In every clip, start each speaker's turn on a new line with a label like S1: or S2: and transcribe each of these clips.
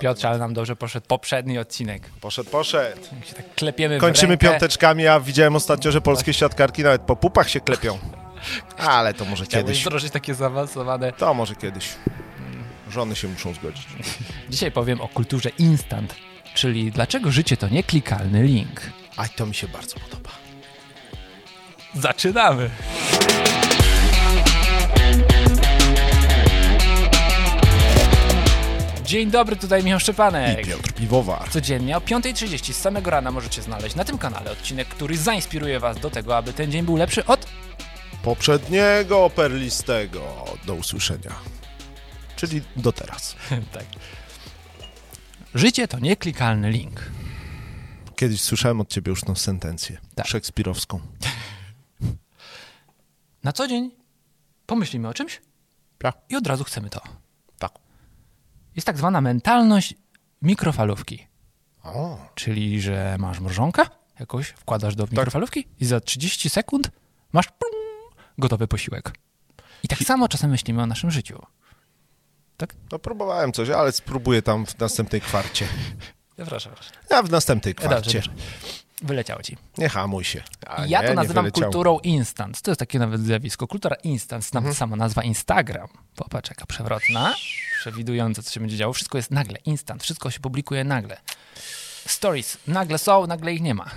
S1: Piotrze, ale nam dobrze poszedł poprzedni odcinek.
S2: Poszedł, poszedł.
S1: Jak się tak klepiemy w
S2: Kończymy
S1: rękę.
S2: piąteczkami, a widziałem ostatnio, że polskie siatkarki nawet po pupach się klepią. Ale to może
S1: Chciałbyś
S2: kiedyś.
S1: wdrożyć takie zaawansowane.
S2: To może kiedyś. Mm, Żony się muszą zgodzić.
S1: Dzisiaj powiem o kulturze instant, czyli dlaczego życie to nieklikalny link.
S2: A to mi się bardzo podoba.
S1: Zaczynamy! Dzień dobry, tutaj Michał
S2: I
S1: Szczepanek.
S2: Piotr Piwowar.
S1: Codziennie o 5.30 z samego rana możecie znaleźć na tym kanale odcinek, który zainspiruje Was do tego, aby ten dzień był lepszy od...
S2: Poprzedniego perlistego. Do usłyszenia. Czyli do teraz.
S1: tak. Życie to nieklikalny link.
S2: Kiedyś słyszałem od ciebie już tą sentencję.
S1: Tak.
S2: Szekspirowską.
S1: Na co dzień pomyślimy o czymś i od razu chcemy to.
S2: Tak.
S1: Jest tak zwana mentalność mikrofalówki,
S2: O,
S1: czyli że masz mrożonkę jakoś, wkładasz do mikrofalówki i za 30 sekund masz pum, gotowy posiłek. I tak samo czasem myślimy o naszym życiu.
S2: no próbowałem coś, ale spróbuję tam w następnej kwarcie.
S1: Przepraszam. proszę.
S2: Ja w następnej
S1: Dobrze,
S2: kwarcie.
S1: dobrze. Wyleciało ci.
S2: Nie hamuj się. A
S1: ja
S2: nie,
S1: to
S2: nie
S1: nazywam
S2: wyleciało.
S1: kulturą instant. To jest takie nawet zjawisko. Kultura instant,
S2: Mhm.
S1: nawet sama nazwa Instagram. Popatrz, jaka przewrotna, przewidująca, co się będzie działo. Wszystko jest nagle, instant. Wszystko się publikuje nagle. Stories nagle są, nagle ich nie ma.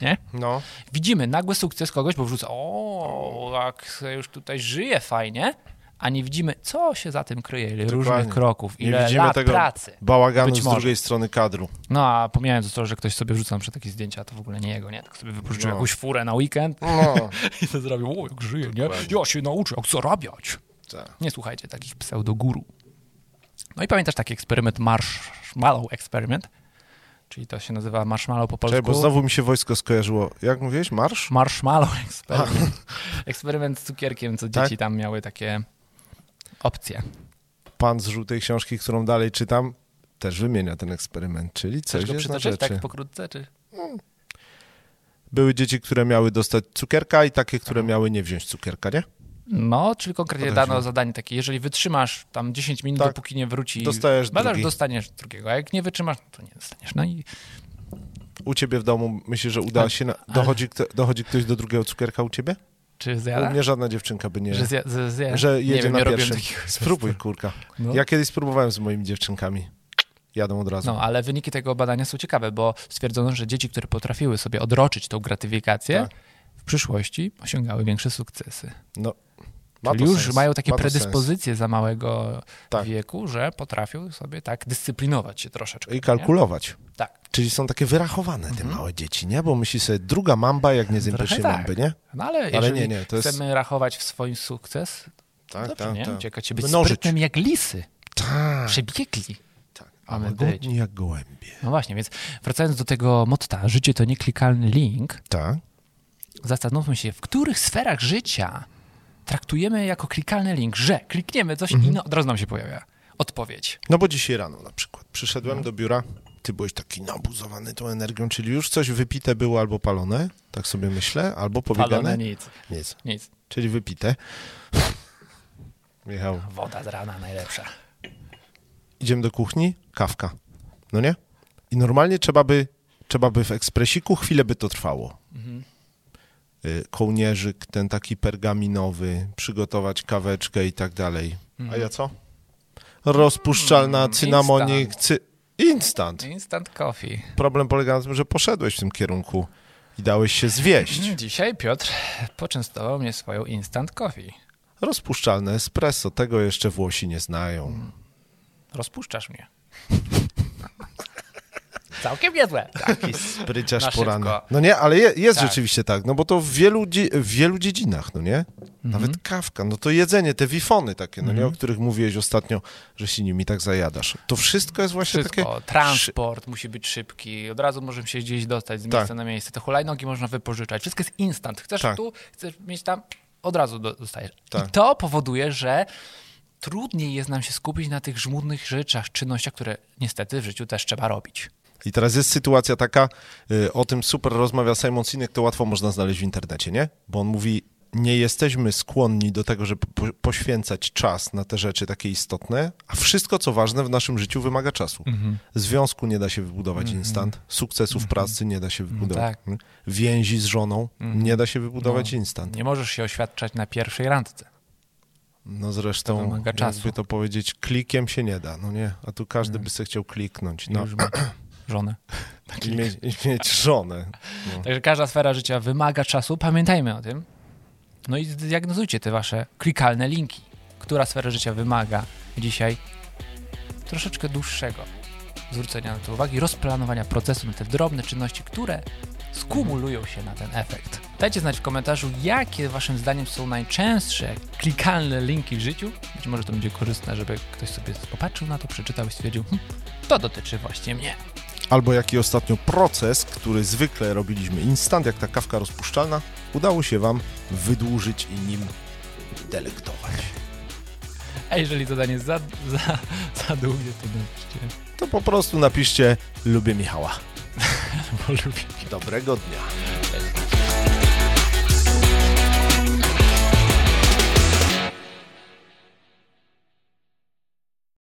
S1: Nie?
S2: No.
S1: Widzimy nagły sukces kogoś, bo wrzuca, o, jak se już tutaj żyje fajnie, a nie widzimy, co się za tym kryje, ile różnych kroków,
S2: Nie
S1: ile
S2: widzimy
S1: lat
S2: tego
S1: pracy.
S2: Bałaganu
S1: Być
S2: z
S1: może.
S2: drugiej strony kadru.
S1: No a pomijając to, że ktoś sobie rzuca na przykład takie zdjęcia, to w ogóle nie jego, nie? Tak sobie wypożyczył
S2: No.
S1: jakąś furę na weekend,
S2: No.
S1: i to zrobił, o, jak żyje, nie? Ja się nauczę, jak zarabiać.
S2: Tak.
S1: Nie słuchajcie takich pseudoguru. No i pamiętasz taki eksperyment Marshmallow Experiment? Czyli to się nazywa Marshmallow po polsku.
S2: Czekaj, bo znowu mi się wojsko skojarzyło. Jak mówiłeś? Marsz?
S1: Marshmallow Experiment. Eksperyment z cukierkiem, co
S2: Tak?
S1: dzieci tam miały takie opcje.
S2: Pan z żółtej książki, którą dalej czytam, też wymienia ten eksperyment, czyli coś
S1: Chcesz go
S2: jest na
S1: przytoczyć
S2: rzeczy.
S1: tak pokrótce? Czy...
S2: Były dzieci, które miały dostać cukierka i takie, które miały nie wziąć cukierka, nie?
S1: No, czyli konkretnie
S2: Podajcie.
S1: dano zadanie takie, jeżeli wytrzymasz tam 10 minut,
S2: Tak.
S1: dopóki nie wróci...
S2: Dostajesz
S1: medal,
S2: drugi.
S1: dostaniesz drugiego, a jak nie wytrzymasz, to nie dostaniesz. No i
S2: U ciebie w domu myślisz, że uda
S1: Ale-
S2: się... Na... Dochodzi, kto... Dochodzi ktoś do drugiego cukierka u ciebie?
S1: czy
S2: U
S1: zjada?
S2: mnie żadna dziewczynka by nie...
S1: Że, zje, że, zje,
S2: Że
S1: nie
S2: jedzie
S1: wiem,
S2: na
S1: nie robiłem
S2: pierwszym.
S1: takich.
S2: Spróbuj, kurka.
S1: No.
S2: Ja kiedyś spróbowałem z moimi dziewczynkami. Jadą od razu.
S1: No, ale wyniki tego badania są ciekawe, bo stwierdzono, że dzieci, które potrafiły sobie odroczyć tą gratyfikację,
S2: Tak.
S1: w przyszłości osiągały większe sukcesy.
S2: No. Ma
S1: Czyli
S2: to
S1: już
S2: sens.
S1: mają takie
S2: Ma to sens.
S1: predyspozycje za małego
S2: Tak.
S1: wieku, że potrafią sobie tak dyscyplinować się troszeczkę.
S2: I
S1: nie?
S2: kalkulować.
S1: Tak.
S2: Czyli są takie wyrachowane te małe dzieci, nie? Bo myśli sobie, druga mamba, jak nie zjem
S1: Mhm. Trochę
S2: pierwszej
S1: tak.
S2: mamby, nie?
S1: No ale jeżeli
S2: nie, nie, to jest-
S1: chcemy rachować w swój sukces,
S2: Tak,
S1: dobrze,
S2: tak,
S1: nie?
S2: tak.
S1: Ciekawe się być
S2: Mnożyć.
S1: sprytnym jak lisy.
S2: Tak,
S1: Przebiegli.
S2: tak. A
S1: Mamy być.
S2: łagodni jak gołębie.
S1: No właśnie, więc wracając do tego motta, życie to nieklikalny link,
S2: Tak.
S1: zastanówmy się, w których sferach życia traktujemy jako klikalny link, że klikniemy coś i no, od razu nam się pojawia odpowiedź.
S2: No bo dzisiaj rano na przykład przyszedłem
S1: No.
S2: do biura, ty byłeś taki nabuzowany tą energią, czyli już coś wypite było albo palone, tak sobie myślę, albo powiegane.
S1: Palone nic,
S2: Nic.
S1: nic.
S2: Czyli wypite. Michał,
S1: Woda z rana najlepsza.
S2: idziemy do kuchni, kawka. No nie? I normalnie trzeba by, trzeba by w ekspresiku, chwilę by to trwało. Y, Kołnierzyk, ten taki pergaminowy, przygotować kaweczkę i tak dalej. A ja co? Rozpuszczalna, cynamonik, cy... instant.
S1: Instant coffee.
S2: Problem polega na tym, że poszedłeś w tym kierunku i dałeś się zwieść.
S1: Mhm. Dzisiaj Piotr poczęstował mnie swoją instant coffee.
S2: Rozpuszczalne espresso, tego jeszcze Włosi nie znają.
S1: Rozpuszczasz mnie. Całkiem niezłe.
S2: Taki
S1: Na
S2: spryciarz
S1: szybko.
S2: porany. No nie, ale je, jest
S1: Tak.
S2: rzeczywiście tak, no bo to w wielu, dzie- w wielu dziedzinach, no nie? Nawet
S1: Mhm.
S2: kawka, no to jedzenie, te wifony takie, no nie, o których mówiłeś ostatnio, że się nimi tak zajadasz. To wszystko jest właśnie
S1: Wszystko,
S2: takie...
S1: transport musi być szybki, od razu możemy się gdzieś dostać z miejsca na miejsce, te hulajnogi można wypożyczać, wszystko jest instant. Chcesz
S2: Tak.
S1: tu, chcesz mieć tam, od razu do- dostajesz.
S2: Tak.
S1: I to powoduje, że trudniej jest nam się skupić na tych żmudnych rzeczach, czynnościach, które niestety w życiu też trzeba robić.
S2: I teraz jest sytuacja taka, y, o tym super rozmawia Simon Sinek, to łatwo można znaleźć w internecie, nie? Bo on mówi, nie jesteśmy skłonni do tego, żeby po- poświęcać czas na te rzeczy takie istotne, a wszystko, co ważne w naszym życiu, wymaga czasu.
S1: Mhm.
S2: Związku nie da się wybudować instant, sukcesów pracy nie da się wybudować,
S1: tak. Mhm. No.
S2: więzi z żoną nie da się wybudować instant.
S1: Nie możesz się oświadczać na pierwszej randce.
S2: No
S1: To
S2: zresztą,
S1: wymaga czasu. Mhm.
S2: jakby to powiedzieć, klikiem się nie da, no nie? A tu każdy by se chciał kliknąć na,
S1: Już ma żonę.
S2: i mieć, i mieć żonę.
S1: Także każda sfera życia wymaga czasu, pamiętajmy o tym. No i zdiagnozujcie te wasze klikalne linki. Która sfera życia wymaga dzisiaj troszeczkę dłuższego zwrócenia na to uwagi, rozplanowania procesu na te drobne czynności, które skumulują się na ten efekt. Dajcie znać w komentarzu, jakie waszym zdaniem są najczęstsze klikalne linki w życiu. Być może to będzie korzystne, żeby ktoś sobie popatrzył na to, przeczytał i stwierdził, hm, to dotyczy właśnie mnie.
S2: Albo jaki ostatnio proces, który zwykle robiliśmy instant, jak ta kawka rozpuszczalna, udało się Wam wydłużyć i nim delektować.
S1: A jeżeli zadanie za, za, za długie, to napiszcie.
S2: To po prostu napiszcie lubię Michała.
S1: Bo lubię.
S2: Dobrego dnia.